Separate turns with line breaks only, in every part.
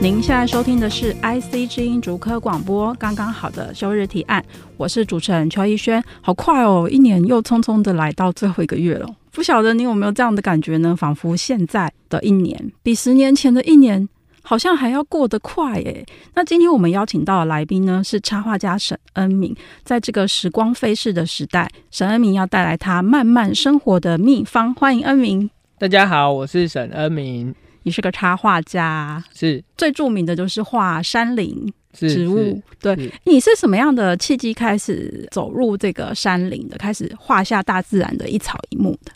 您现在收听的是 IC 之音竹科广播，刚刚好的休日提案，我是主持人邱逸轩。好快哦，一年又匆匆的来到最后一个月了，不晓得你有没有这样的感觉呢？仿佛现在的一年比十年前的一年好像还要过得快诶。那今天我们邀请到的来宾呢是插画家沈恩明，在这个时光飞逝的时代，沈恩明要带来他慢慢生活的秘方。欢迎恩明，
大家好，我是沈恩明，
你是个插画家。
是
最著名的就是画山林
是
植物。对
是
你是什么样的契机开始走入这个山林的，开始画下大自然的一草一木的？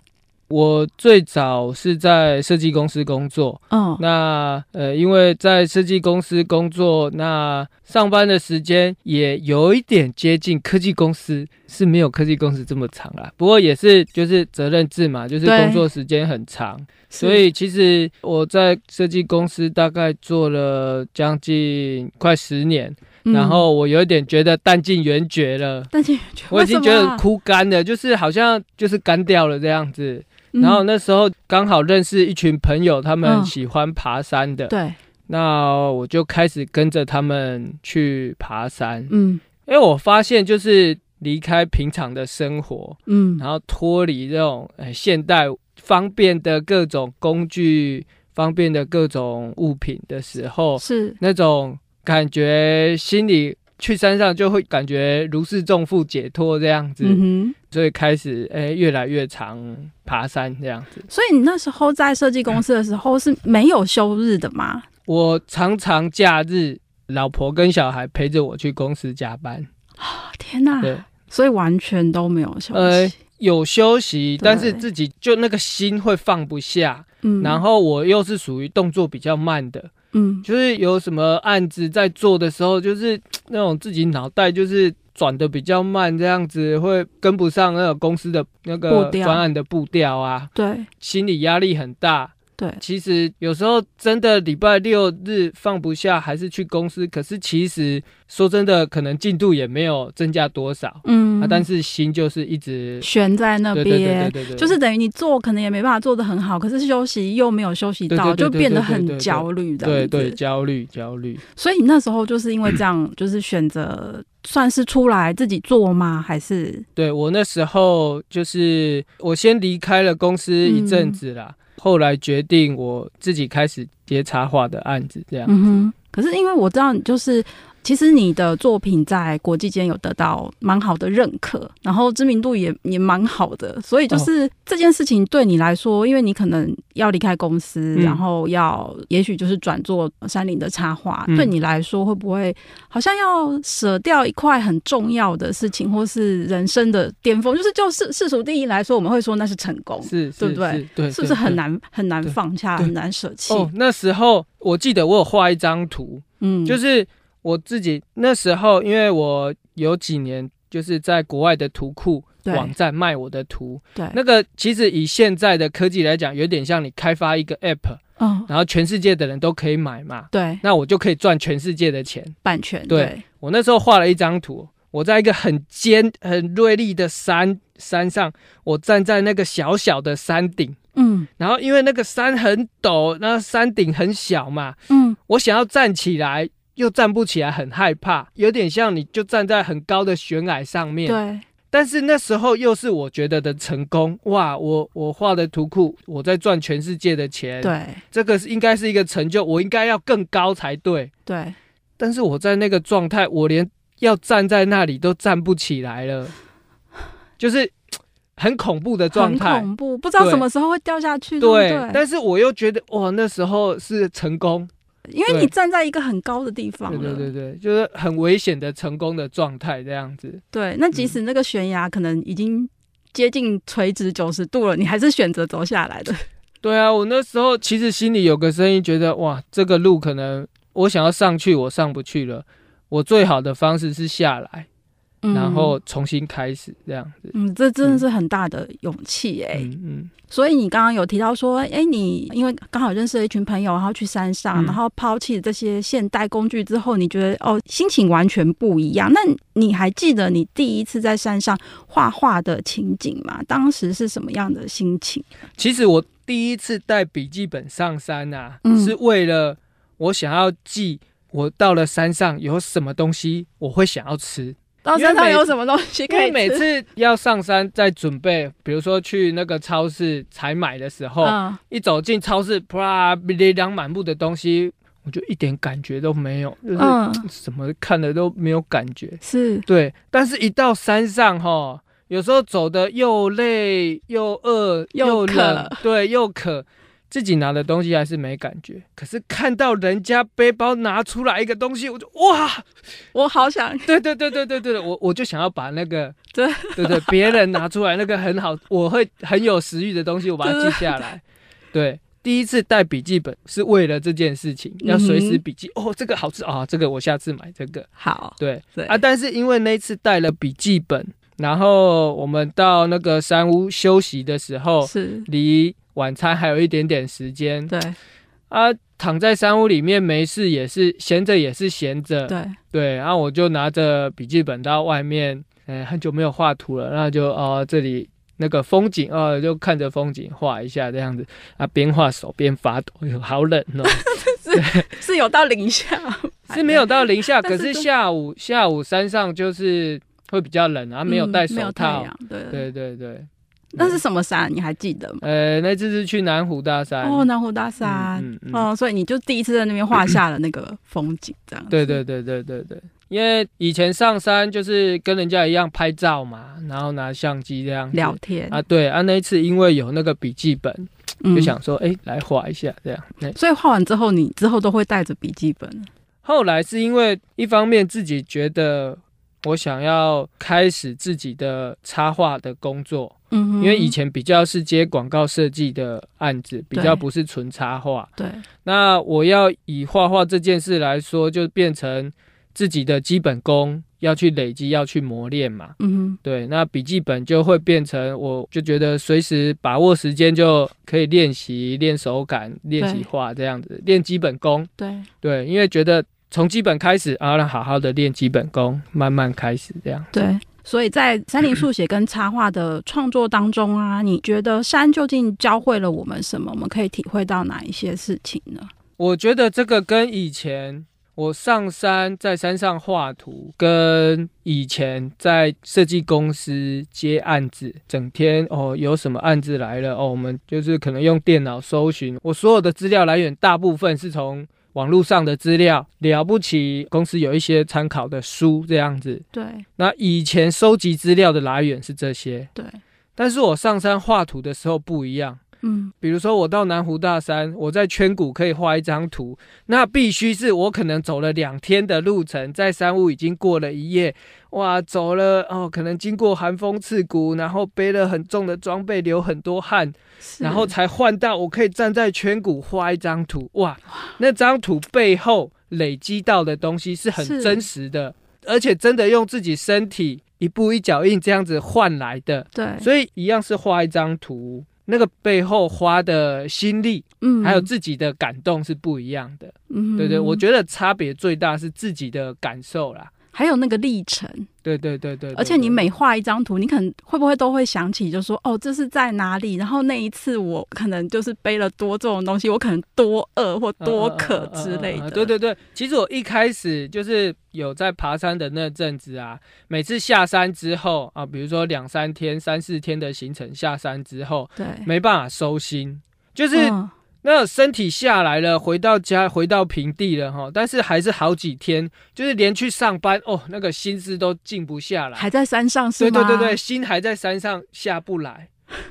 我最早是在设计公司工作，
嗯，
那呃，因为在设计公司工作，那上班的时间也有一点接近科技公司，是没有科技公司这么长啦，不过也是就是责任制嘛，就是
对
工作时间很长，
是
所以其实我在设计公司大概做了将近快十年，
嗯
然后我有一点觉得弹尽援绝了。
但是
我已经觉得
哭，
枯干了，就是好像就是干掉了这样子。然后
嗯
那时候刚好认识一群朋友，他
嗯
们喜欢爬山的，
对，
那我就开始跟着他们去爬山。
嗯
因为我发现就是离开平常的生活，
嗯
然后脱离这种呃现代方便的各种工具、方便的各种物品的时候，
是
那种感觉心里。去山上就会感觉如释重负、解脱这样子，
嗯
所以开始诶、越来越常爬山这样子。
哼，所以你那时候在设计公司的时候是没有休日的嘛？
我常常假日，老婆跟小孩陪着我去公司加班，
哦天哪！
对，
所以完全都没有休息。
呃有休息，
对
但是自己就那个心会放不下。
嗯
然后我又是属于动作比较慢的，
嗯，
就是有什么案子在做的时候，就是嘖那种自己脑袋就是。转的比较慢，这样子会跟不上那个公司的那
步
个
调
专案的步调啊，
对
心理压力很大，
对，
其实有时候真的礼拜六日放不下，还是去公司。可是其实说真的，可能进度也没有增加多少、
嗯
啊，但是心就是一直
悬在那
对对
边，
对对对对，
就是等于你做可能也没办法做的很好，可是休息又没有休息到，
对对对
就变得
对对
很
对对
焦虑的。
对对焦虑焦虑。
所以你那时候就是因为这样，就是选择算是出来自己做吗？还是
对我那时候就是我先离开了公司一阵子啦，
嗯
后来决定我自己开始接插画的案子，这样、
嗯哼？可是因为我知道，你就是其实你的作品在国际间有得到蛮好的认可，然后知名度也也蛮好的，所以
哦
就是这件事情对你来说，因为你可能要离开公司，
嗯
然后要也许就是转做山林的插画，
嗯
对你来说会不会好像要舍掉一块很重要的事情，或是人生的巅峰？就是就世世俗定义来说，我们会说那是成功。
是是
对不对
是对，
是不是很
对？
难很难
对
放下，
对
很难舍弃？
哦，那时候我记得我有画一张图，
嗯，
就是我自己那时候，因为我有几年就是在国外的图库
对
网站卖我的图，
对，
那个其实以现在的科技来讲，有点像你开发一个 app，
嗯，
然后全世界的人都可以买嘛，
对，
那我就可以赚全世界的钱。
版权
对我那时候画了一张图，我在一个很尖、很锐利的山山上，我站在那个小小的山顶，
嗯
然后因为那个山很陡，那山顶很小嘛，
嗯
我想要站起来，又站不起来，很害怕，有点像你就站在很高的悬崖上面。。
对，
但是那时候又是我觉得的成功，哇！我我画的图库，我在赚全世界的钱。。
对
这个是应该是一个成就，我应该要更高才对。
对，
但是我在那个状态，我连要站在那里都站不起来了，就是很恐怖的状
很
态。
恐怖，不知道
对
什么时候会掉下去，
对，
不对？
但是我又觉得哇，那时候是成功，
因为你
对
站在一个很高的地方
对
了，
对对对，就是很危险的成功的状态这样子。
对那
嗯
即使那个悬崖可能已经接近垂直九十度了，你还是选择走下来的，
对啊，我那时候其实心里有个声音，觉得哇，这个路可能我想要上去，我上不去了。我最好的方式是下来，
嗯
然后重新开始这样子。
嗯，这真的是很大的勇气哎、
嗯嗯，
所以你刚刚有提到说，哎，你因为刚好认识了一群朋友，然后去山上，
嗯
然后抛弃这些现代工具之后，你觉得哦，心情完全不一样。那你还记得你第一次在山上画画的情景吗？当时是什么样的心情？
其实我第一次带笔记本上山啊，
嗯
是为了我想要记我到了山上有什么东西我会想要吃。
到山上有什么东西
因
可以
为
吃？
每次要上山，在准备，比如说去那个超市采买的时候，
嗯，
一走进超市，啪，琳琅满目的东西，我就一点感觉都没有，就是
嗯
什么看的都没有感觉。
是
对，但是一到山上哈，有时候走的又累又饿
又
冷
渴，
对，又渴，自己拿的东西还是没感觉。可是看到人家背包拿出来一个东西，我就哇，
我好想，
对对对对对对，我我就想要把那个
对
对对，别人拿出来那个很好，我会很有食欲的东西，我把它
对
记下来。对，第一次带笔记本是为了这件事情，要随时
嗯哼
笔记。哦，这个好吃啊，这个我下次买这个。
好
对
对
啊，但是因为那一次带了笔记本，然后我们到那个山屋休息的时候，
是
离晚餐还有一点点时间
对
啊，躺在山屋里面没事也是闲着也是闲着，
对
对，然、后我就拿着笔记本到外面，哎，很久没有画图了，那就哦、这里。那个风景哦，就看着风景画一下这样子啊，边画手边发抖，哎呦好冷 哦。
是有到零下
是没有到零 下，
但
可
是
是
都
下午下午山上就是会比较冷啊，没有
嗯
戴
没
手
有
套
太。阳，对
对对对，嗯
那是什么山？你还记得吗？
呃，那次是去南湖大山。
哦，南湖大山。
嗯嗯嗯
哦，所以你就第一次在那边画下了那个风景，这样子
对对对对对对，因为以前上山就是跟人家一样拍照嘛，然后拿相机这样子
聊天
啊，对啊，那一次因为有那个笔记本，
嗯
就想说，哎，来画一下这样。哎
所以画完之后，你之后都会带着笔记本，
后来是因为一方面自己觉得我想要开始自己的插画的工作，
嗯哼
因为以前比较是接广告设计的案子，比较
对
不是纯插画。
对
那我要以画画这件事来说，就变成自己的基本功要去累积，要去磨练嘛。
嗯
对，那笔记本就会变成，我就觉得随时把握时间就可以练习、练手感、练习
对
画这样子，练基本功
哼。对，
对，因为觉得从基本开始啊，让好好的练基本功，慢慢开始这样。
对，所以在山林速写跟插画的创作当中啊，你觉得山究竟教会了我们什么？我们可以体会到哪一些事情呢？
我觉得这个跟以前我上山在山上画图，跟以前在设计公司接案子，整天哦有什么案子来了哦，我们就是可能用电脑搜寻，我所有的资料来源大部分是从。网络上的资料了不起，公司有一些参考的书这样子。
对
那以前收集资料的来源是这些，
对，
但是我上山画图的时候不一样。
嗯
比如说我到南湖大山，我在圈谷可以画一张图，那必须是我可能走了两天的路程，在山屋已经过了一夜，哇，走了哦，可能经过寒风刺骨，然后背了很重的装备，流很多汗，
是，
然后才换到我可以站在圈谷画一张图，哇，那张图背后累积到的东西是很
是
真实的，而且真的用自己身体一步一脚印这样子换来的，
对，
所以一样是画一张图，那个背后花的心力，
嗯
还有自己的感动是不一样的。
嗯
对对，我
得
觉得差别最大是自己的感受啦。
还有那个历程，
对对对对对
而且你
对
每画一张图，你可能会不会都会想起，就说哦，这是在哪里？然后那一次我可能就是背了多重的东西，我可能多饿或多渴之类
嗯嗯嗯嗯嗯嗯
的。
嗯对对对，其实我一开始就是有在爬山的那阵子啊，每次下山之后啊，比如说两三天、三四天的行程，下山之后
对，
没办法收心，就是
嗯
那身体下来了，回到家，回到平地了哈，但是还是好几天，就是连去上班哦，那个心思都静不下来。
还在山上是
对
吗？
对对对，，心还在山上下不来。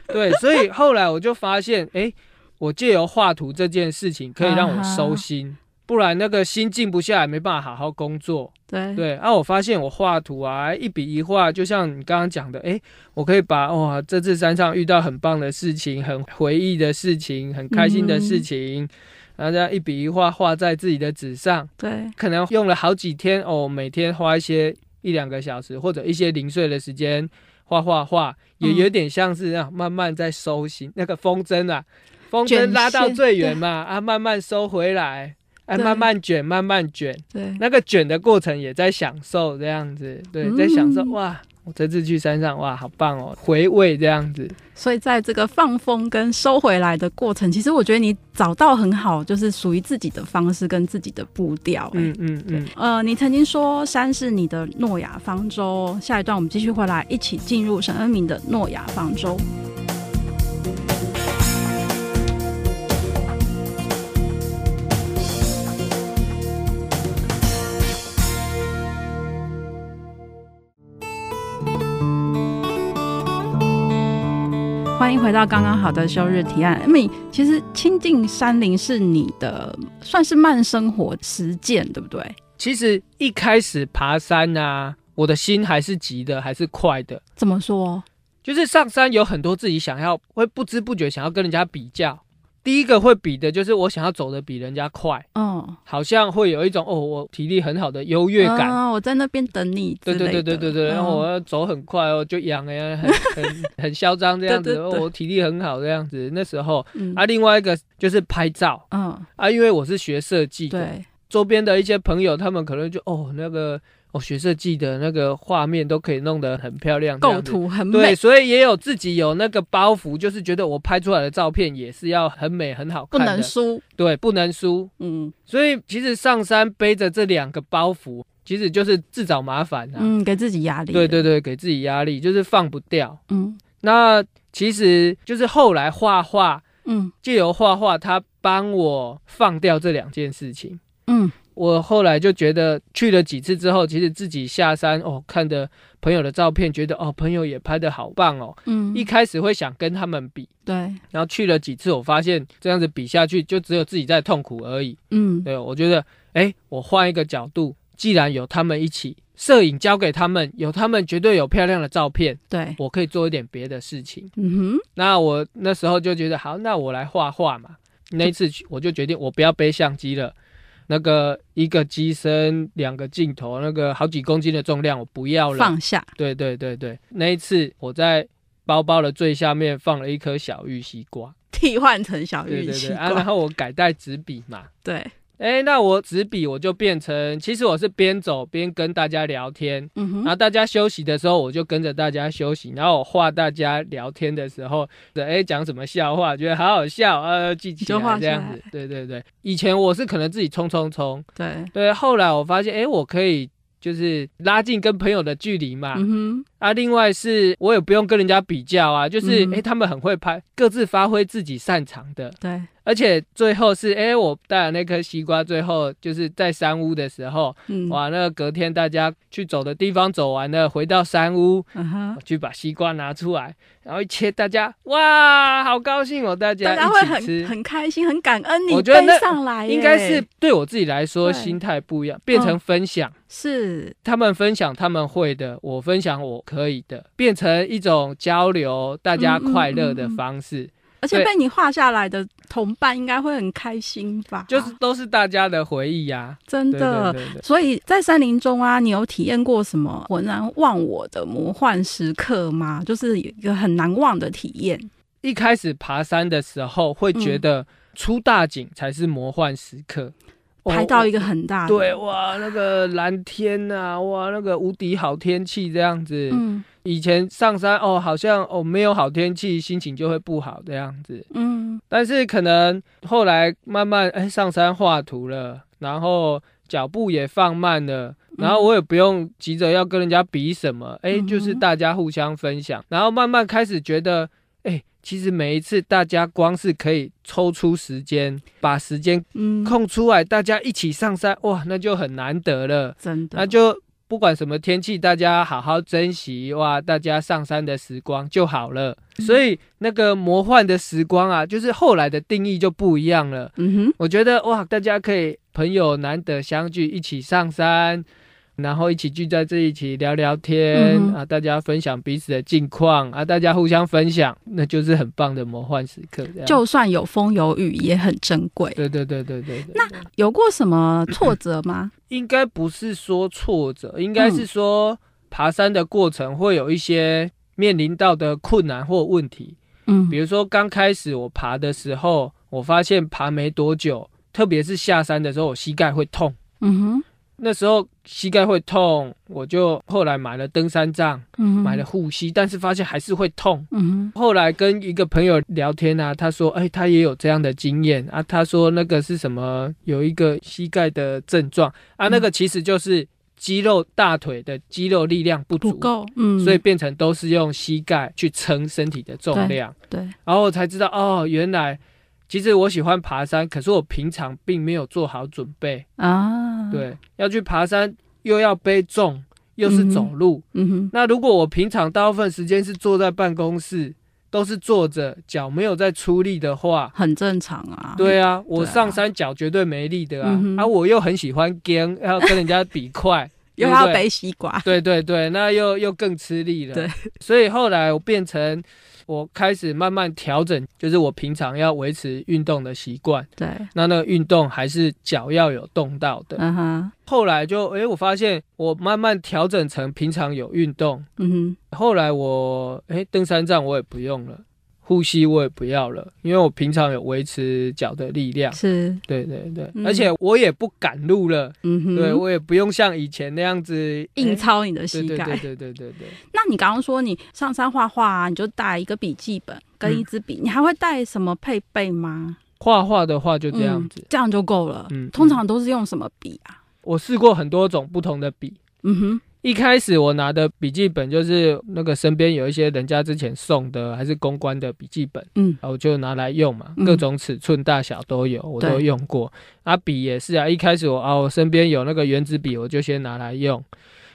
对，所以后来我就发现，哎，我借由画图这件事情可以让
啊
我收心，不然那个心静不下来，没办法好好工作。
对
对，啊，我发现我画图啊，一笔一画，就像你刚刚讲的，诶，我可以把哇，这
嗯
次山上遇到很棒的事情、很回忆的事情、很开心的事情，然后这样一笔一画画在自己的纸上，
对
可能用了好几天哦，每天花一些一两个小时或者一些零碎的时间画画画，也
嗯
有点像是那样慢慢在收心、那个风筝啊，风
卷
筝拉到
线
最远嘛，啊慢慢收回来，啊
对
慢慢卷慢慢卷，
对，
那个卷的过程也在享受这样子，对，
嗯
在享受哇，我这次去山上哇好棒哦，回味这样子，
所以在这个放风跟收回来的过程，其实我觉得你找到很好，就是属于自己的方式跟自己的步调、嗯。
嗯嗯嗯，
呃，你曾经说山是你的诺亚方舟，下一段我们继续回来，一起进入沈恩明的诺亚方舟。欢迎回到刚刚好的休日提案，Amy。其实亲近山林是你的算是慢生活实践，对不对？
其实一开始爬山啊，我的心还是急的，还是快的。
怎么说？
就是上山有很多自己想要，会不知不觉想要跟人家比较。第一个会比的就是我想要走的比人家快，
嗯，
好像会有一种哦，我体力很好的优越感。
嗯我在那边等你之
对
类的。
对对对对对，然后我
嗯
要走很快哦，就痒哎，很 很很嚣张这样子，
对对对
哦我体力很好这样子。那时候
嗯
啊，另外一个就是拍照
嗯，
啊，因为我是学设计的，
对，
周边的一些朋友他们可能就哦那个哦学设计的那个画面都可以弄得很漂亮，这
构
样子
图很
对，
美，
所以也有自己有那个包袱，就是觉得我拍出来的照片也是要很美、很好
不
看的，
能输。
对，不能输。
嗯
所以其实上山背着这两个包袱，其实就是自找麻烦啊。
嗯，给自己压力。
对，对对，给自己压力，就是放不掉。
嗯
那其实就是后来画画，
嗯
借由画画，他帮我放掉这两件事情。
嗯，
我后来就觉得去了几次之后，其实自己下山哦，看的朋友的照片，觉得哦，朋友也拍的好棒哦。
嗯，
一开始会想跟他们比，
对，
然后去了几次，我发现这样子比下去，就只有自己在痛苦而已。
嗯
对，我觉得，哎，我换一个角度，既然有他们一起，摄影交给他们，有他们绝对有漂亮的照片，
对，
我可以做一点别的事情。
嗯
那我那时候就觉得，好，那我来画画嘛。那一次去我就决定，我不要背相机了。那个一个机身，两个镜头，那个好几公斤的重量，我不要
哼，
了。
放下。
对对对对，那一次我在包包的最下面放了一颗小玉西瓜，
替换成小
对
玉
对
西
对啊，然
瓜，
后我改带纸笔嘛，
对，
哎，那我纸笔我就变成，其实我是边走边跟大家聊天，
嗯
然
哼，
后大家休息的时候我就跟着大家休息，然后我画大家聊天的时候，哎讲什么笑话，觉得好好笑，呃记起
就画
来
下
这样子，对对对，以前我是可能自己冲冲冲，
对，
对，后来我发现，哎，我可以就是拉近跟朋友的距离嘛，
嗯哼，
啊，另外是我也不用跟人家比较啊，就是诶
嗯，
他们很会拍，各自发挥自己擅长的，
对，
而且最后是诶，我带了那颗西瓜，最后就是在山屋的时候，
嗯，
哇，那隔天大家去走的地方走完了，回到山屋。
嗯哼，
去把西瓜拿出来，然后一切，大家哇，好高兴哦！大家
大家会
一起
很
吃，
很开心，很感恩你
我觉得
背
那
上来耶，
应该是对我自己来说
对
心态不一样，变成
嗯
分享。
是
他们分享他们会的，我分享我可以的，变成一种交流，大家快乐的方式，
而且
对
被你画下来的同伴应该会很开心吧？
就是都是大家的回忆呀、
真
对对
的。
对对。
所以在山林中啊，你有体验过什么浑然忘我的魔幻时刻吗？就是有一个很难忘的体验。
一开始爬山的时候，会
嗯
觉得出大景才是魔幻时刻，哦
拍到一个很大的，
对哇，那个蓝天呐、 哇，那个无敌好天气这样子。
嗯
以前上山哦，好像哦没有好天气，心情就会不好这样子。
嗯
但是可能后来慢慢哎上山画图了，然后脚步也放慢了，然后我也不用急着要跟人家比什么，哎，
嗯
就是大家互相分享，然后慢慢开始觉得，哎，其实每一次大家光是可以抽出时间，把时间
嗯，
空出来，大家一起上山，哇，那就很难得了，
真的，
那就。不管什么天气，大家好好珍惜哇！大家上山的时光就好了。
嗯
所以那个魔幻的时光啊，就是后来的定义就不一样了。
嗯哼，
我觉得哇，大家可以朋友难得相聚，一起上山，然后一起聚在这一起聊聊天、
嗯哼
啊，大家分享彼此的近况啊，大家互相分享，那就是很棒的魔幻时刻。这样
就算有风有雨也很珍贵。
对对对对对对，
那有过什么挫折 吗？
应该不是说挫折，应该是说爬山的过程会有一些面临到的困难或问题。
嗯
比如说刚开始我爬的时候，我发现爬没多久，特别是下山的时候，我膝盖会痛。
嗯哼，
那时候膝盖会痛，我就后来买了登山杖，
嗯哼
买了，护膝，但是发现还是会痛。
嗯
后来跟一个朋友聊天啊，他说，哎、他也有这样的经验啊。他说那个是什么？有一个膝盖的症状啊，
嗯
那个其实就是肌肉大腿的肌肉力量不
哼，不
足，
够，嗯，
所以变成都是用膝盖去撑身体的重量。
对，
然后我才知道，哦，原来其实我喜欢爬山，可是我平常并没有做好准备。
啊，，
对，要去爬山又要背重，又是走路。
嗯
那如果我平常大部分时间是坐在办公室，都是坐着，脚没有在出力的话
哼，，很正常啊。
对啊，我
对啊
上山脚绝对没力的啊
嗯。哼，
啊，我又很喜欢跟，要跟人家比快
又要
对不对
背西瓜，
对对对，那又又更吃力了。
对，
所以后来我变成我开始慢慢调整，就是我平常要维持运动的习惯。
对，
那那个运动还是脚要有动到的。
嗯哼，
后来就诶，我发现我慢慢调整成平常有运动。
嗯哼，
后来我诶，登山杖我也不用了，呼吸我也不要了，因为我平常有维持脚的力量。
是，
对对对，
嗯
而且我也不赶路了，
嗯哼，
对我也不用像以前那样子
硬
诶
抄你的
对
膝
哎对
盖
对。对对对对。
那你刚刚说你上山画画啊，你就带一个笔记本
嗯
跟一支笔，你还会带什么配备吗？
画画的话就这样子
嗯，这样就够了。
嗯
通常都是用什么笔啊？
我试过很多种不同的笔。
嗯哼，
一开始我拿的笔记本就是那个身边有一些人家之前送的，还是公关的笔记本，啊
嗯
然后我就拿来用嘛，
嗯
各种尺寸大小都有，我都
对
用过。啊，笔也是啊，一开始我啊，我身边有那个圆珠笔，我就先拿来用。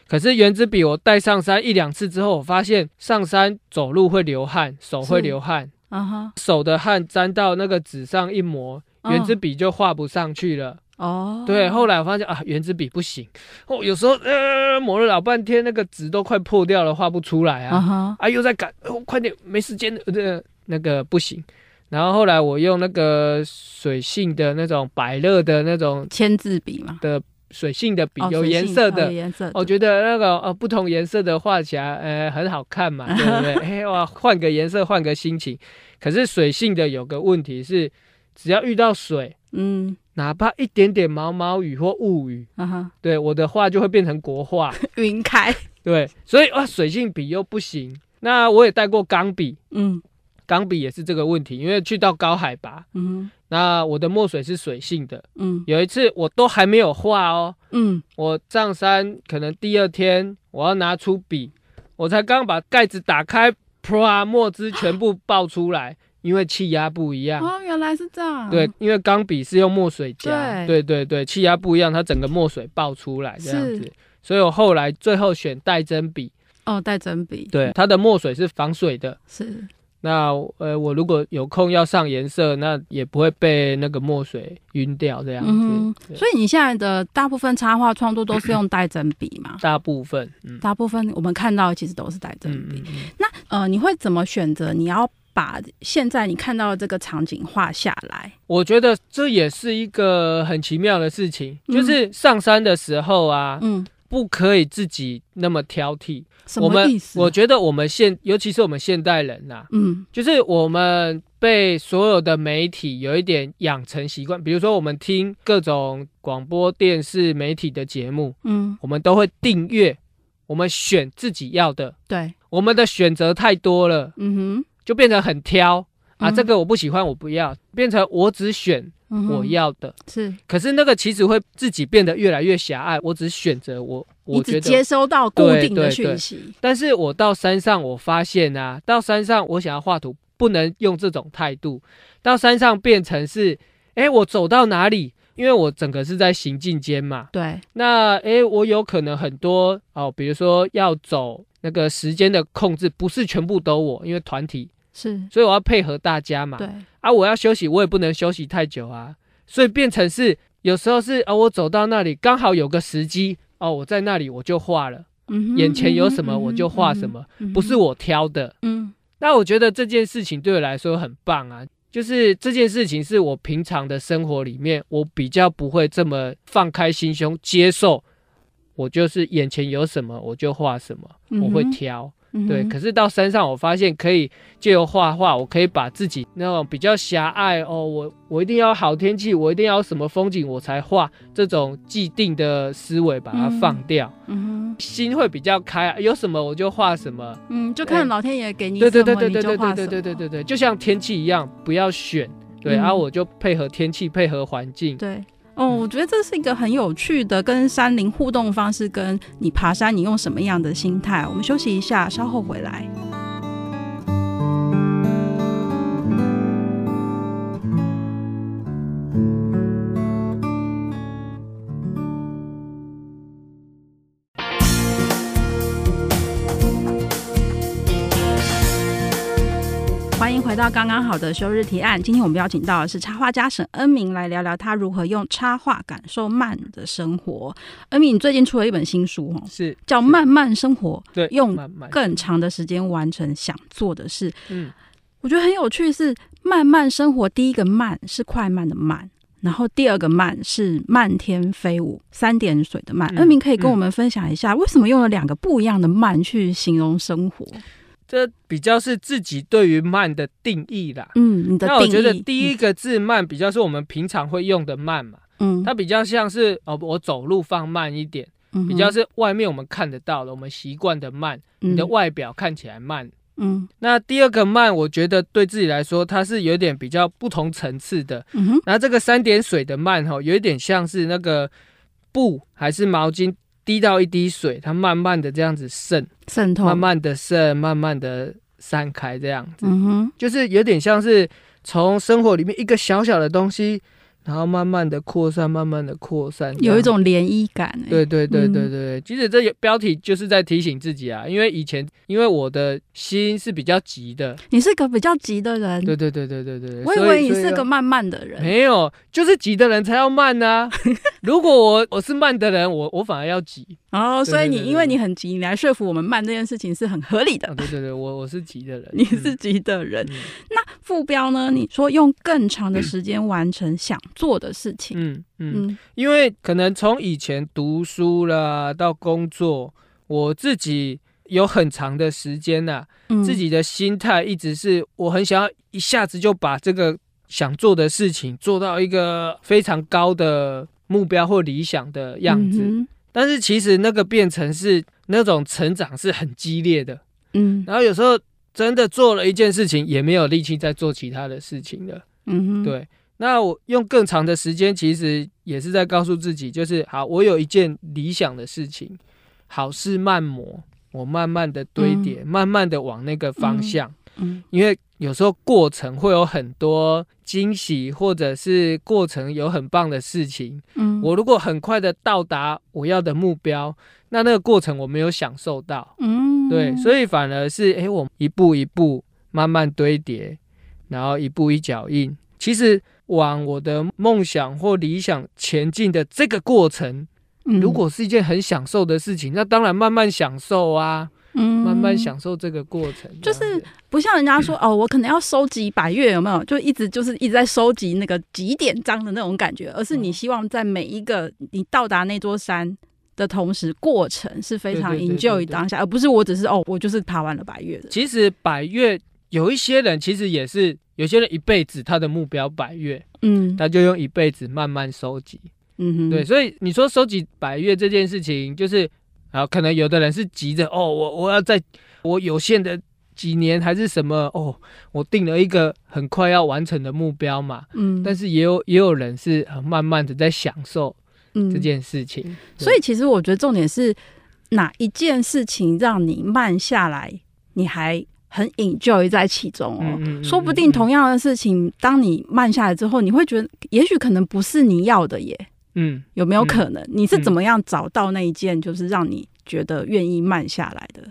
可是圆珠笔我带上山一两次之后，我发现上山走路会流汗，手会
是
流汗，
啊哈，
手的汗沾到那个纸上一磨，
嗯
圆珠笔就画不上去了。
哦，
对，后来我发现啊，圆珠笔不行，哦，有时候呃磨了老半天，那个纸都快破掉了，画不出来
啊
啊，
哈，
啊又在赶，哦，快点，没时间了，呃，那个不行。然后后来我用那个水性的那种百乐的那种
签字笔嘛，
的水性的笔，
哦
有
水
颜
性
色
哦
的
有，颜色的，
我觉得那个呃不同颜色的画起来，呃很好 看嘛，对不对？哎哇，换个颜色，换个心情。可是水性的有个问题是，只要遇到水，
嗯
哪怕一点点毛毛雨或雾雨，
啊 哈，
对，我的画就会变成国画，
云开，
对，所以啊，水性笔又不行。那我也带过钢笔，
嗯
钢笔也是这个问题，因为去到高海拔，
嗯
那我的墨水是水性的。
嗯
有一次我都还没有画哦，
嗯
我上山可能第二天我要拿出笔，我才刚把盖子打开，啪，墨汁全部爆出来，因为气压不一样。
哦，原来是这样，
对，，因为钢笔是用墨水加，
对
对对对，气压不一样，它整个墨水爆出来这样
是
子。所以我后来最后选带针笔，
哦，带针笔，
对，它的墨水是防水的。
是，
那呃，我如果有空要上颜色，那也不会被那个墨水晕掉这样子。
嗯
对
哼，所以你现在的大部分插画创作都是用带针笔嘛？
大部分，嗯
大部分我们看到的其实都是带针
嗯
笔。
嗯嗯，
那呃，你会怎么选择？你要把现在你看到的这个场景画下来？
我觉得这也是一个很奇妙的事情，
嗯
就是上山的时候啊，
嗯，
不可以自己那么挑剔。
什
我
么
们
意思？啊
我觉得我们现，尤其是我们现代人啊呐、
嗯
就是我们被所有的媒体有一点养成习惯，比如说我们听各种广播电视媒体的节目，
嗯，
我们都会订阅，我们选自己要的，
对，
我们的选择太多了，
嗯
就变成很挑啊，
嗯
这个我不喜欢，我不要，变成我只选
哼，嗯哼
我要的。
是
可是那个其实会自己变得越来越狭隘，我只选择我，
你
我
只
觉
接
得。
收到固
对
定的
对
讯
对
息，
但是我到山上，我发现啊，到山上我想要画图，不能用这种态度。到山上变成是，诶，我走到哪里？因为我整个是在行进间嘛，
对，
那诶，我有可能很多哦，比如说要走那个时间的控制，不是全部都我，因为团体，
是，
所以我要配合大家嘛。
对，
啊，我要休息，我也不能休哦息太久啊，所以变成是有时候是啊、我走到那里刚好有个时机，哦，我在那里我就画了，
嗯哼
眼前有什么我就画什，么，
嗯哼
不是，我挑的。
嗯
那我觉得这件事情对我来说很棒啊，就是这件事情是我平常的生活里面，我比较不会这么放开心胸接受，我就是眼前有什么我就画什么，
嗯哼
我会挑。
嗯哼
对，可是到山上我发现可以借由画画，我可以把自己那种比较狭隘哦，我我一定要好天气，我一定要什么风景我才画这种既定的思维把它放掉，
嗯哼
心会比较开啊，有什么我就画什么。
嗯，就看老天爷给你
对对
什
对
么
对对
你就
对
画
对对
什
对对
么
对对，就像天气一样，不要选。对，然后、
嗯
我就配合天气，配合环境。
对。哦，我觉得这是一个很有趣的跟山林互动方式，跟你爬山你用什么样的心态。我们休息一下，稍后回来。欢迎回到刚刚好的休日提案。今天我们邀请到的是插画家沈恩明来聊聊他如何用插画感受慢的生活。恩明，你最近出了一本新书哦，
是
叫《慢慢生活》，
对，
用
慢慢，
更长的时间完成想做的事。
嗯，
我觉得很有趣是，慢慢生活第一个慢是快慢的慢，然后第二个慢是漫天飞舞三点水的慢。
嗯
恩明可以跟
嗯
我们分享一下，为什么用了两个不一样的慢去形容生活？
这比较是自己对于慢的定义啦。
嗯，你的
那
定
我
义，
觉得第一个字慢比较是我们平常会用的慢嘛，
嗯，
它比较像是哦，我走路放慢一点，
嗯
比较是外面我们看得到的，我们习惯的慢，你
你
的外表看起来慢。
嗯
那第二个慢，我觉得对自己来说，它是有点比较不同层次的。
嗯哼
然后这个三点水的慢哈、有一点像是那个布还是毛巾滴到一滴水，它慢慢的这样子渗，
渗透，
慢慢的渗，慢慢的散开这样子。
嗯哼
就是有点像是从生活里面一个小小的东西，然后慢慢的扩散，慢慢的扩散，
有一。种嗯涟漪感、欸，
对对对对对对，其实这有标题就是在提醒自己啊，因为以前因为我的心是比较急的，
你是个比较急的人，
对对对对对对。
嗯我以
所
为你
所
是
要
个慢慢的人，
没有，就是急的人才要慢 呐、如果我我是慢的人，我我反而要急。
哦，所以
对对对
你
对
因为你很急，你来说服我们慢这件事情是很合理
啊、
的。
对对对，我我是急的人。
你是急的人，
嗯
副标呢？你说用更长的时间完成想做的事情，
嗯嗯嗯，
嗯
因为可能从以前读书啦到工作，我自己有很长的时间呐、
嗯
自己的心态一直是我很想要一下子就把这个想做的事情做到一个非常高的目标或理想的样子。
嗯哼
但是其实那个变成是那种成长是很激烈的，
嗯
然后有时候真的做了一件事情，也没有力气再做其他的事情了。
嗯哼，
对，那我用更长的时间，其实也是在告诉自己，就是好，我有一件理想的事情，好事慢磨，我慢慢的堆叠，慢慢的往那个方向。
嗯
因为有时候过程会有很多惊喜，或者是过程有很棒的事情。
嗯，
我如果很快的到达我要的目标，那那个过程我没有享受到，
嗯
对，所以反而是诶，我一步一步慢慢堆叠，然后一步一脚印，其实往我的梦想或理想前进的这个过程，
以
如果是一件很享受的事情，那当然慢慢享受啊，慢
慢
慢享受这个过程，
嗯
啊
就
这样
是
子
不像人家说哦，我可能要收集百越，有没有？就一直就是一直在收集那个几点章的那种感觉，而是你
嗯
希望在每一个你到达那座山的同时，过程是非常
对对对
enjoy
对对
当下，而不是我只是哦，我就是爬完了百越的。
其实百越有一些人其实也是，有些人一辈子他的目标百越，
嗯
他就用一辈子慢慢收集。
嗯哼，
对，，所以你说收集百越这件事情，就是啊，可能有的人是急着哦，我我要在我有限的几年还是什么哦，我定了一个很快要完成的目标嘛。
嗯，
但是也有也有人是很慢慢的在享受
嗯
这件事情，对
所以其实我觉得重点是哪一件事情让你慢下来，你还很 enjoy 在其中哦。
嗯嗯嗯
说不定同样的事情，当你慢下来之后，你会觉得也许可能不是你要的耶，
嗯，
有没有可能？你是怎么样找到那一件就是让你觉得愿意慢下来的？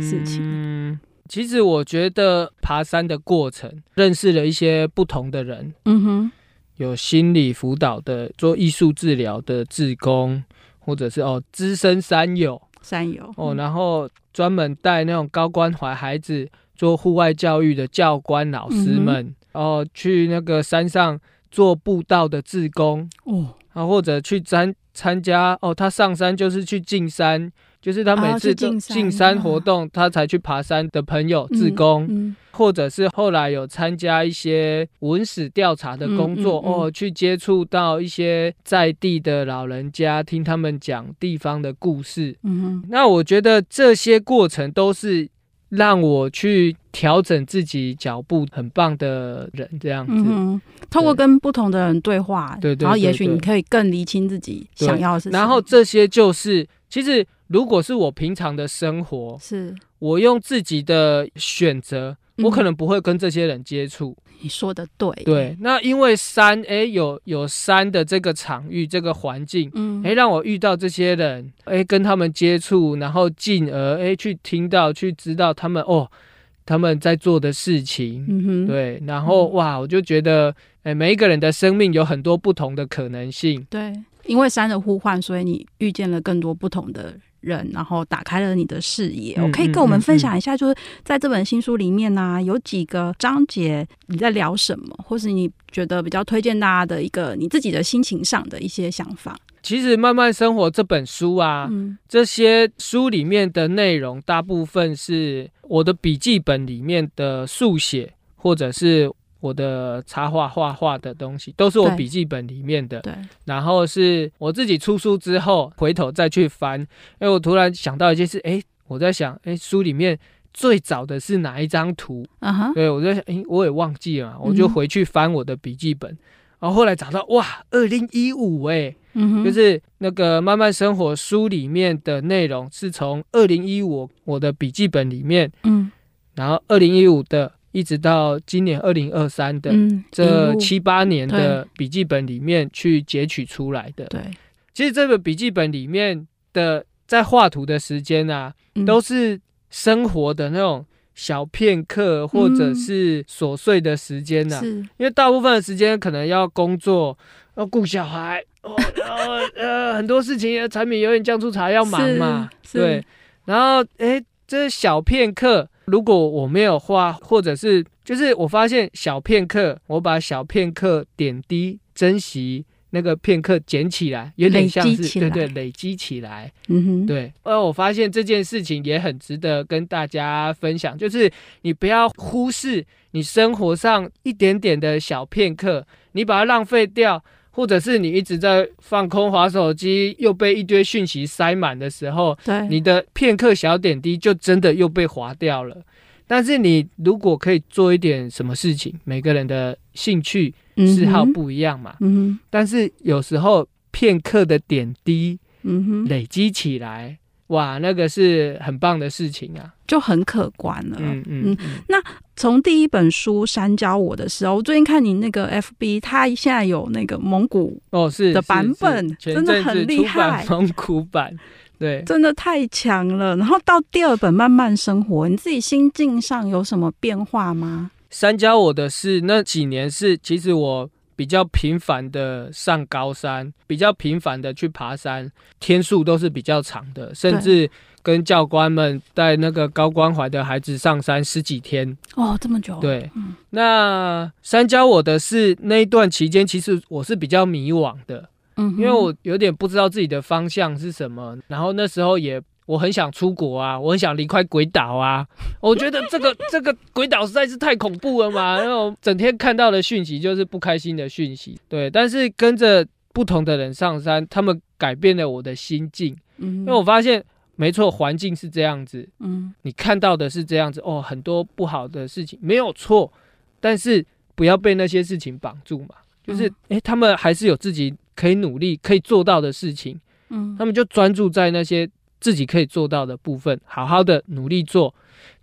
事情
嗯，其实我觉得爬山的过程，认识了一些不同的人，
嗯哼，
有心理辅导的，做艺术治疗的志工，或者是哦资深山友
山友
哦，然后专门带那种高关怀孩子做户外教育的教官老师
嗯
们，哦去那个山上做步道的志工，
哦，
啊，或者去参参加哦，他上山就是去进山，就是他每
哦
次
去
都
进山
进山活动，他才去爬山的朋友志工，
嗯
或者是后来有参加一些文史调查的工作、
嗯嗯嗯
哦，去接触到一些在地的老人家，听他们讲地方的故事。
嗯哼
那我觉得这些过程都是让我去调整自己脚步很棒的人，这样子。
嗯哼，通过跟不同的人对话，
对对对
然后也许
对
你可以更厘清自己
对
想要的是什么，
然后这些就是，其实如果是我平常的生活，
是
我用自己的选择，
嗯
我可能不会跟这些人接触。
你说的对，
对，，那因为山，诶，有有山的这个场域、这个环境，
嗯，
诶，让我遇到这些人，诶，跟他们接触，然后进而诶去听到、去知道他们哦，他们在做的事情。
嗯哼，
对，然后
嗯
哇，我就觉得，诶，每一个人的生命有很多不同的可能性。
对，因为山的呼唤，所以你遇见了更多不同的人，然后打开了你的视野。
嗯
我可以跟我们分享一下，就是在这本新书里面呢、有几个章节你在聊什么，或是你觉得比较推荐大家的一个你自己的心情上的一些想法。
其实《慢慢生活》这本书啊，
嗯
这些书里面的内容大部分是我的笔记本里面的速写，或者是我的插画画画的东西，都是我
对
笔记本里面的。
对，
然后是我自己出书之后，回头再去翻，哎，我突然想到一件事，哎，我在想，哎，书里面最早的是哪一张图？
嗯哼，
对，我在想，诶，我也忘记了嘛，我就
嗯哼
回去翻我的笔记本，然后后来找到，哇，二零一五，哎。
嗯哼，
就是那个《慢慢生活》书里面的内容是从二零一五我的笔记本里面，
嗯
然后二零一五的一直到今年二零二三的、
嗯，一
这
路
七八年的笔记本里面去截取出来的。
对，
其实这个笔记本里面的在画图的时间啊，
嗯
都是生活的那种小片刻或者是琐碎的时间呐、
嗯是
因为大部分的时间可能要工作，要顾小孩， 哦，然后呃很多事情，柴米油盐酱醋茶要忙嘛，
是是
对。然后诶，这小片刻，如果我没有画，或者是就是我发现小片刻，我把小片刻点滴珍惜那个片刻捡起来，有点像
累积
是
起来
对对累积起来，
嗯 哼，
对，呃，我发现这件事情也很值得跟大家分享，就是你不要忽视你生活上一点点的小片刻，你把它浪费掉，或者是你一直在放空划手机，又被一堆讯息塞满的时候，
对，
你的片刻小点滴就真的又被划掉了。但是你如果可以做一点什么事情，每个人的兴趣嗜好
嗯哼，
不一样嘛，
嗯哼，
但是有时候片刻的点滴。
嗯哼，
累积起来，哇，那个是很棒的事情啊。
就很可观了。
嗯嗯嗯，
从第一本书《山教我》的时候，我最近看你那个 FB，它现在有那个蒙古，
哦是
的
是
版
是
本
前
真的
阵
很
子
厉
出版
害
蒙古版，对。
真的太强了。然后到第二本《慢慢生活》，你自己心境上有什么变化吗？
山教我的是那几年是，其实我比较频繁的上高山，比较频繁的去爬山，天数都是比较长的，甚至跟教官们带那个高关怀的孩子上山十几天，
哦，这么久，，
对，
嗯
那山教我的是那一段期间，其实我是比较迷惘的，
嗯哼，
因为我有点不知道自己的方向是什么，然后那时候也我很想出国啊，我很想离开鬼岛啊，我觉得这个这个鬼岛实在是太恐怖了嘛，然后整天看到的讯息就是不开心的讯息，对，但是跟着不同的人上山，他们改变了我的心境，
嗯，
因
因
为我发现没错，环境是这样子，
嗯
你看到的是这样子哦，很多不好的事情没有错，但是不要被那些事情绑住嘛。就是
嗯
诶，他们还是有自己可以努力、可以做到的事情，
嗯
他们就专注在那些自己可以做到的部分，好好的努力做，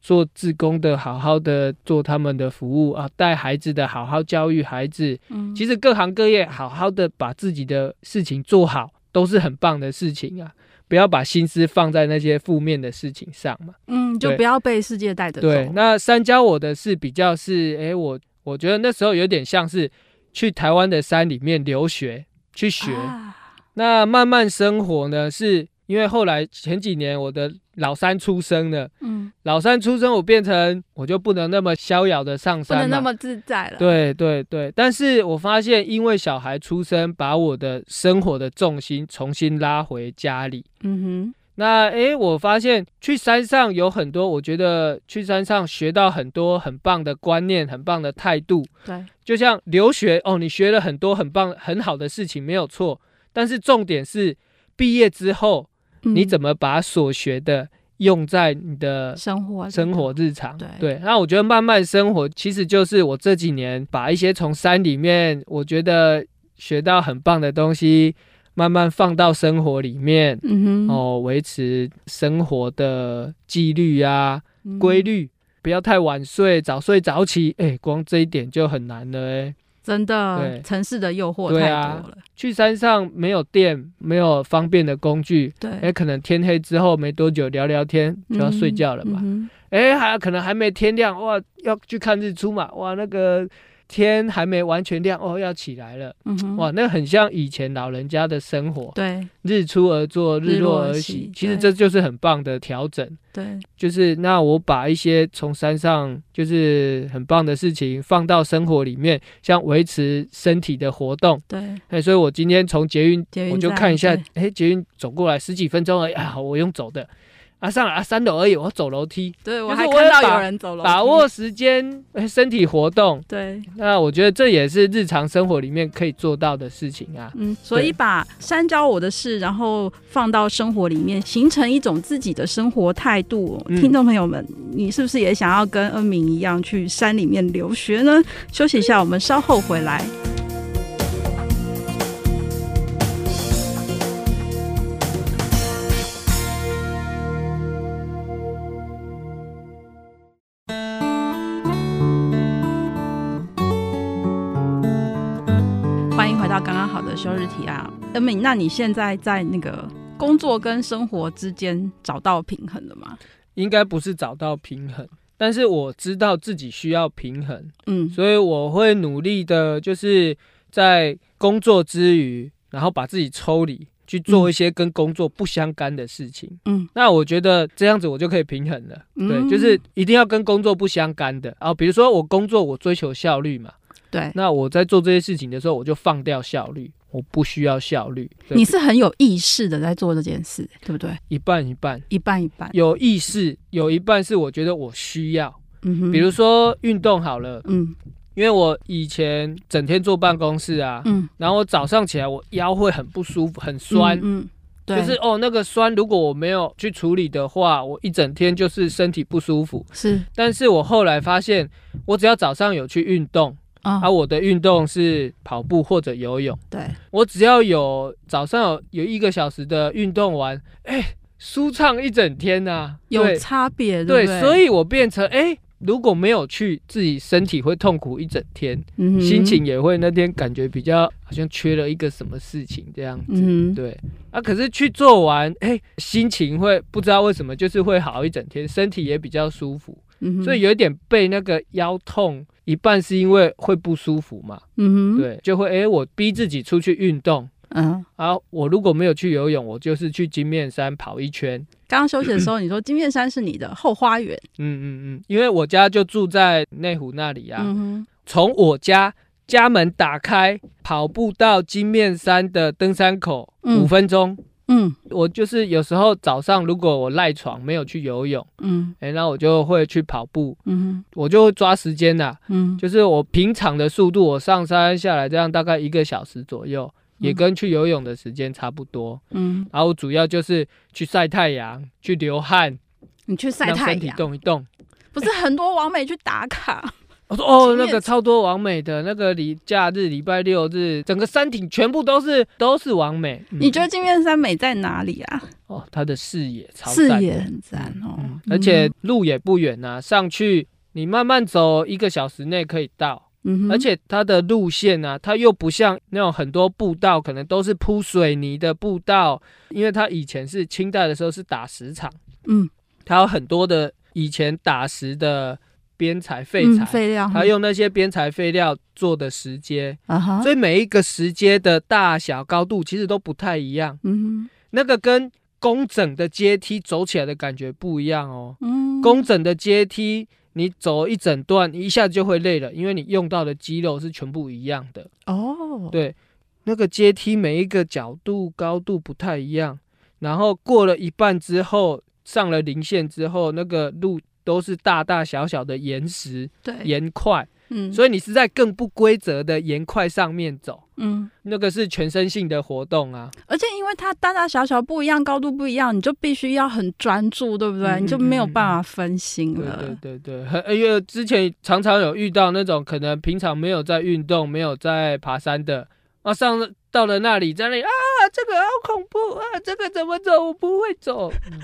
做志工的好好的做他们的服务啊，带孩子的好好教育孩子。
嗯
其实各行各业好好的把自己的事情做好，都是很棒的事情啊。不要把心思放在那些负面的事情上嘛。
嗯，就
对
不要被世界带着走，
对，那山教我的是比较是，诶，我我觉得那时候有点像是去台湾的山里面留学去学，
啊
那慢慢生活呢，是因为后来前几年我的老三出生了，
嗯，
老三出生我变成我就不能那么逍遥的上
不
山
能
嘛
那么自在了。，
对对对，但是我发现，因为小孩出生，把我的生活的重心重新拉回家里。
嗯
那诶，我发现去山上有很多，我觉得去山上学到很多很棒的观念，很棒的态度。
哼，对，
就像留学哦，你学了很多很棒很好的事情，没有错。但是重点是毕业之后，你怎
么
么把所学的用在你的
生活？
生活日常。
对
那我觉得慢慢生活其实就是我这几年把一些从山里面我觉得学到很棒的东西，慢慢放到生活里面，
嗯哼，
哦，维持生活的纪律啊、
嗯
规律。不要太晚睡，早睡早起，哎、光这一点就很难了、哎，
真的
对
城市的诱惑
对
太
啊
多了。
去山上没有电，没有方便的工具，
对，
哎、可能天黑之后没多久聊聊天就要睡觉了嘛。
嗯
哎，还可能还没天亮，哇，要去看日出嘛，哇，那个天还没完全亮，哦，要起来了，
嗯哼，
哇，那很像以前老人家的生活，
对
日出而作，
日
日
落
落
而
而
息
息，其实
对
这就是很棒的调整。
对，
就是那我把一些从山上就是很棒的事情放到生活里面，像维持身体的活动，
对，
哎，所以我今天从捷运
捷运
我就
站
看一下
对，
哎，捷运走过来十几分钟而已啊，我用走的，啊上来啊三楼而已，我走楼梯，
对我
就是
还
我
看
也
到有
把
人走楼梯，
把握时间，呃身体活动。
对，
那我觉得这也是日常生活里面可以做到的事情啊。
嗯，所以把山教我的事，然后放到生活里面，形成一种自己的生活态度。哦
嗯
听众朋友们，你是不是也想要跟恩明一样去山里面留学呢？休息一下，我们稍后回来。欢迎回到刚刚好的休日题啊，恩明，那你现在在那个工作跟生活之间找到平衡了吗？
应该不是找到平衡，但是我知道自己需要平衡，
嗯，
所以我会努力的，就是在工作之余，然后把自己抽离。去做一些跟工作不相干的事情，
嗯，
那我觉得这样子我就可以平衡了，
嗯
对，就是一定要跟工作不相干的啊，比如说我工作我追求效率嘛，
对，
那我在做这些事情的时候，我就放掉效率，我不需要效率。对
你是很有意识的在做这件事，对不对？
一半一半，
一半一半，
有意识，有一半是我觉得我需要，
嗯哼，
比如说运动好了，
嗯
因为我以前整天坐办公室啊，
嗯，
然后我早上起来我腰会很不舒服，很酸。
嗯，嗯对，
就是哦，那个酸，如果我没有去处理的话，我一整天就是身体不舒服。
是
但是我后来发现，我只要早上有去运动，
啊
啊，我的运动是跑步或者游泳，
对，
我只要有早上有有一个小时的运动完，哎、舒畅一整天呐、
有
对
差别，
对
不对，
所以我变成哎、如果没有去，自己身体会痛苦一整天，
以
心情，也会那天感觉比较好像缺了一个什么事情这样子。
嗯哼，
对啊，可是去做完，哎、心情会不知道为什么就是会好一整天，身体也比较舒服，
嗯哼，
所以有一点被那个腰痛，一半是因为会不舒服嘛，
嗯哼，，
对，就会哎、我逼自己出去运动，
嗯。
啊，我如果没有去游泳，我就是去金面山跑一圈。
刚刚休息的时候，你说金面山是你的后花园，
嗯嗯嗯，因为我家就住在内湖那里啊，
嗯
从我家家门打开，跑步到金面山的登山口
嗯
五分钟。
哼，嗯
我就是有时候早上如果我赖床没有去游泳，
嗯
哎，那我就会去跑步，
嗯
我就会抓时间呐、
哼嗯，
就是我平常的速度，我上山下来这样大概一个小时左右，也
嗯
跟去游泳的时间差不多。
嗯，
然后我主要就是去晒太阳、去流汗，
你去晒
让
太
身体
阳，
动一动。
不是很多网美去打卡，
我说哦，
经验
那个超多完美的，那个礼假日、礼拜六日，整个山顶全部都是都是完美。 嗯
你觉得金面山美在哪里啊？
哦，它的视野超
视
赞的
野很赞哦
嗯，
嗯
而且路也不远呐、上去你慢慢走，一个小时内可以到。
嗯哼，
而且它的路线啊，它又不像那种很多步道，可能都是铺水泥的步道，因为它以前是清代的时候是打石场。
嗯
它有很多的以前打石的边材废
嗯，
材，
废料，
他用那些边材废料做的石阶，
啊哈，
所以每一个石阶的大小、高度其实都不太一样，
嗯
那个跟工整的阶梯走起来的感觉不一样哦。
嗯，
工整的阶梯，你走一整段，你一下子就会累了，因为你用到的肌肉是全部一样的。
哦，
对，那个阶梯每一个角度、高度不太一样，然后过了一半之后，上了零线之后，那个路都是大大小小的岩石、
对，
岩块，
嗯，以
所以你是在更不规则的岩块上面走。
嗯，
那个是全身性的活动啊，
而且因为它大大小小不一样，高度不一样，你就必须要很专注，对不对？
嗯
你就没有办法分心
对
了。
对对对， 很因为之前常常有遇到那种可能平常没有在运动、没有在爬山的，啊上了到了那里在那里啊，这个好恐怖啊，这个怎么走？我不会走，嗯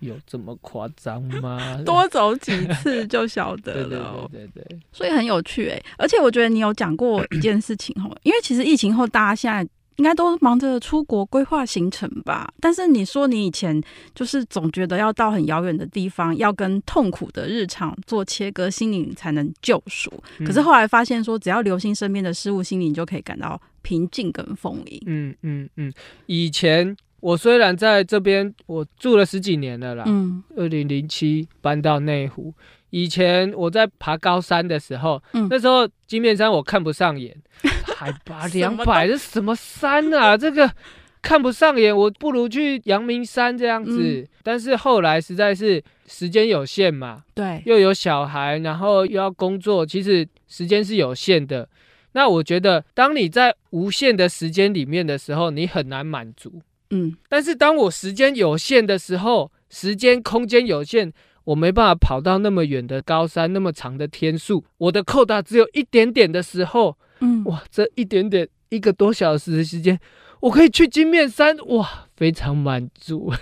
有这么夸张 吗？
多走几次就晓得
对
了，
对对对对，
所以很有趣哎、而且我觉得你有讲 过一件事情哦，因为其实疫情后大家现在应该都忙着出国规划行程吧，但是你说你以前就是总觉得要到很遥远的地方，要跟痛苦的日常做切割，心灵才能救赎。
嗯
可是后来发现说，只要留心身边的事物，心灵就可以感到平静跟丰盈。
嗯嗯嗯，以前我虽然在这边我住了十几年了啦，
嗯
二零零七搬到内湖。以前我在爬高山的时候，
嗯
那时候金面山我看不上 眼，海拔
什
两
么
百，这什么山 啊？这个看不上眼，我不如去阳明山这样子。
嗯
但是后来实在是时间有限嘛，
对，
又有小孩，然后又要工作，其实时间是有限的。那我觉得，当你在无限的时间里面的时候，你很难满足。
嗯
但是当我时间有限的时候，时间空间有限，我没办法跑到那么远的高山，那么长的天数，我的扣打只有一点点的时候，
嗯，
哇，这一点点一个多小时的时间，我可以去金面山，哇，非常满足。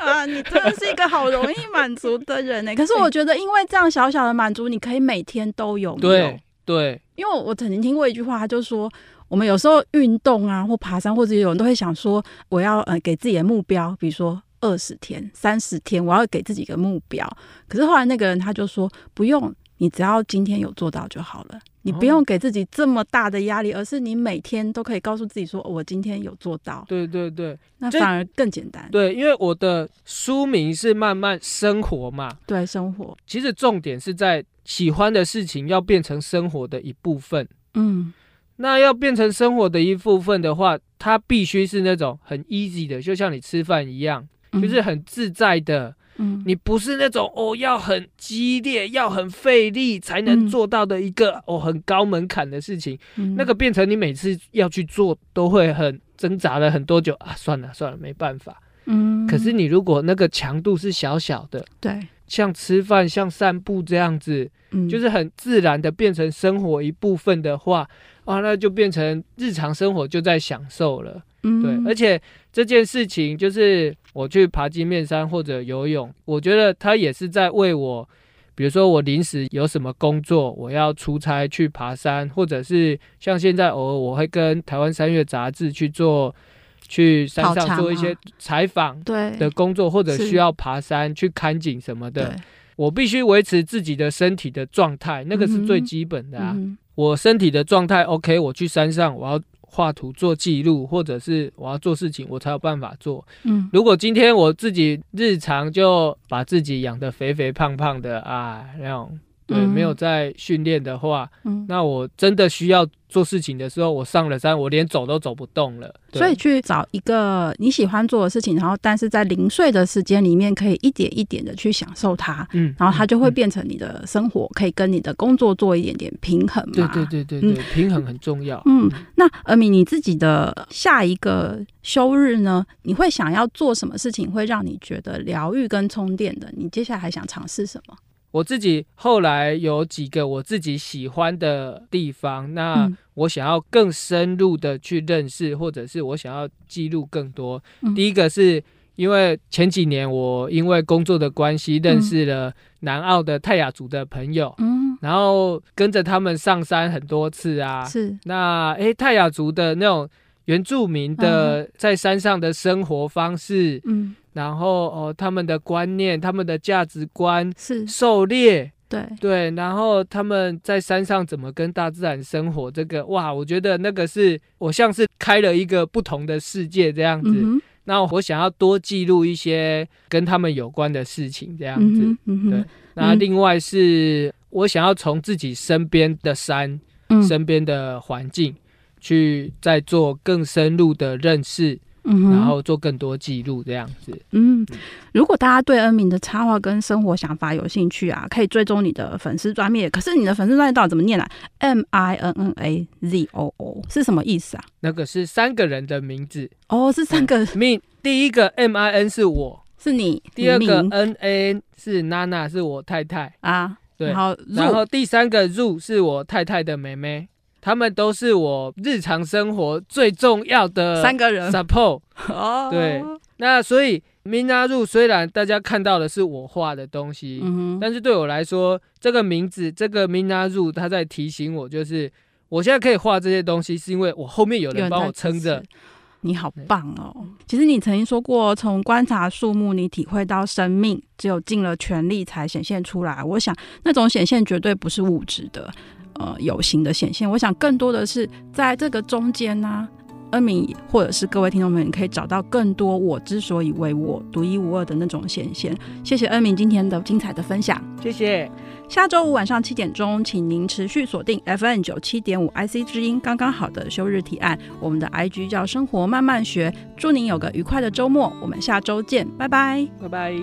啊，你真的是一个好容易满足的人欸 呢、可是我觉得，因为这样小小的满足，你可以每天都有。有
对对，
因为我我曾经听过一句话，他就说，我们有时候运动啊，或爬山，或者有人都会想说，我要呃给自己的目标，比如说二十天、三十天，我要给自己一个目标。可是后来那个人他就说，不用，你只要今天有做到就好了。你不
哦
用给自己这么大的压力，而是你每天都可以告诉自己说：“哦我今天有做到。
对对对”
那
这
反而更简单。
对，因为我的书名是慢慢生活嘛，
对生活，
其实重点是在喜欢的事情要变成生活的一部分。
嗯
那要变成生活的一部分的话，它必须是那种很 easy 的，就像你吃饭一样，
嗯
就是很自在的。
嗯
你不是那种哦要很激烈、要很费力才能
嗯
做到的一个、哦很高门槛的事情。
嗯
那个变成你每次要去做都会很挣扎了很多久啊，算了算了，没办法。
嗯，
可是你如果那个强度是小小的，
对，
像吃饭、像散步这样子，
嗯，
就是很自然的变成生活一部分的话，啊，那就变成日常生活就在享受了。
嗯
对，而且这件事情就是我去爬金面山或者游泳，我觉得它也是在为我，比如说我临时有什么工作，我要出差去爬山，或者是像现在偶尔我会跟台湾三月杂志去做去山
考察
上做一些
吗
采访
对
的工作，或者
啊是
需要爬山去看景什么的。
对
我必须维持自己的身体的状态，那个是最基本的啊。
嗯
我身体的状态 OK，我去山上，我要画图做记录，或者是我要做事情，我才有办法做。
嗯
如果今天我自己日常就把自己养得肥肥胖胖的啊，那种对、
嗯
没有在训练的话，
嗯，
那我真的需要做事情的时候，我上了山，我连走都走不动了。对
所以去找一个你喜欢做的事情，然后但是在零碎的时间里面，可以一点一点的去享受它，
嗯
然后它就会
嗯
变成你的生活，可以跟你的工作做一点点平衡嘛。
对嗯对。对对对，平衡很重要。
嗯，那阿米，你自己的下一个休日呢？你会想要做什么事情会让你觉得疗愈跟充电的？你接下来还想尝试什么？
我自己后来有几个我自己喜欢的地方，那
嗯
我想要更深入的去认识，或者是我想要记录更多。
嗯
第一个是因为前几年我因为工作的关系认识了南澳的泰雅族的朋友，
嗯，
然后跟着他们上山很多次啊。
是
那诶，泰雅族的那种原住民的在山上的生活方式，
嗯
然后哦他们的观念、他们的价值观、
是
狩猎。
对，
对，然后他们在山上怎么跟大自然生活，这个哇，我觉得那个是我像是开了一个不同的世界这样子。
嗯哼，
那我想要多记录一些跟他们有关的事情这样
嗯
子。
哼，嗯
对
哼，
那另外是我想要从自己身边的山、
嗯
身边的环境去再做更深入的认识，
嗯哼，
然后做更多记录这样子。
嗯，如果大家对恩明的插画跟生活想法有兴趣啊，可以追踪你的粉丝专业。可是你的粉丝专业到底怎么念啊？M I N N A Z O O 是什么意思啊？
那个是三个人的名字，
哦，是三个，
命第一个 M I N 是我，
是你
第二
你
个呃
命
N A 是娜娜，是我太太。
啊，
对
然，后
然
入
后第三个 Ru 是我太太的妹妹，他们都是我日常生活最重要的
三个人
support。
哦，
呃对那所以 Mina Ru 虽然大家看到的是我画的东西，
嗯哼，
但是对我来说，这个名字这个 Mina Ru 它在提醒我，就是我现在可以画这些东西，是因为我后面有
有
人帮
在
我
支
撑着
持。。你好棒哦！其实你曾经说过，从观察树木，你体会到生命，只有尽了全力才显现出来。我想那种显现绝对不是物质的，呃，有形的显现。我想更多的是在这个中间呢、恩敏或者是各位听众们，你可以找到更多我之所以为我独一无二的那种显现。谢谢恩敏今天的精彩的分享。
谢谢，
下周五晚上七点钟，请您持续锁定 FM 九七点五 IC 之音，刚刚好的休日提案。我们的 IG 叫生活慢慢学，祝您有个愉快的周末，我们下周见，拜拜。
拜拜。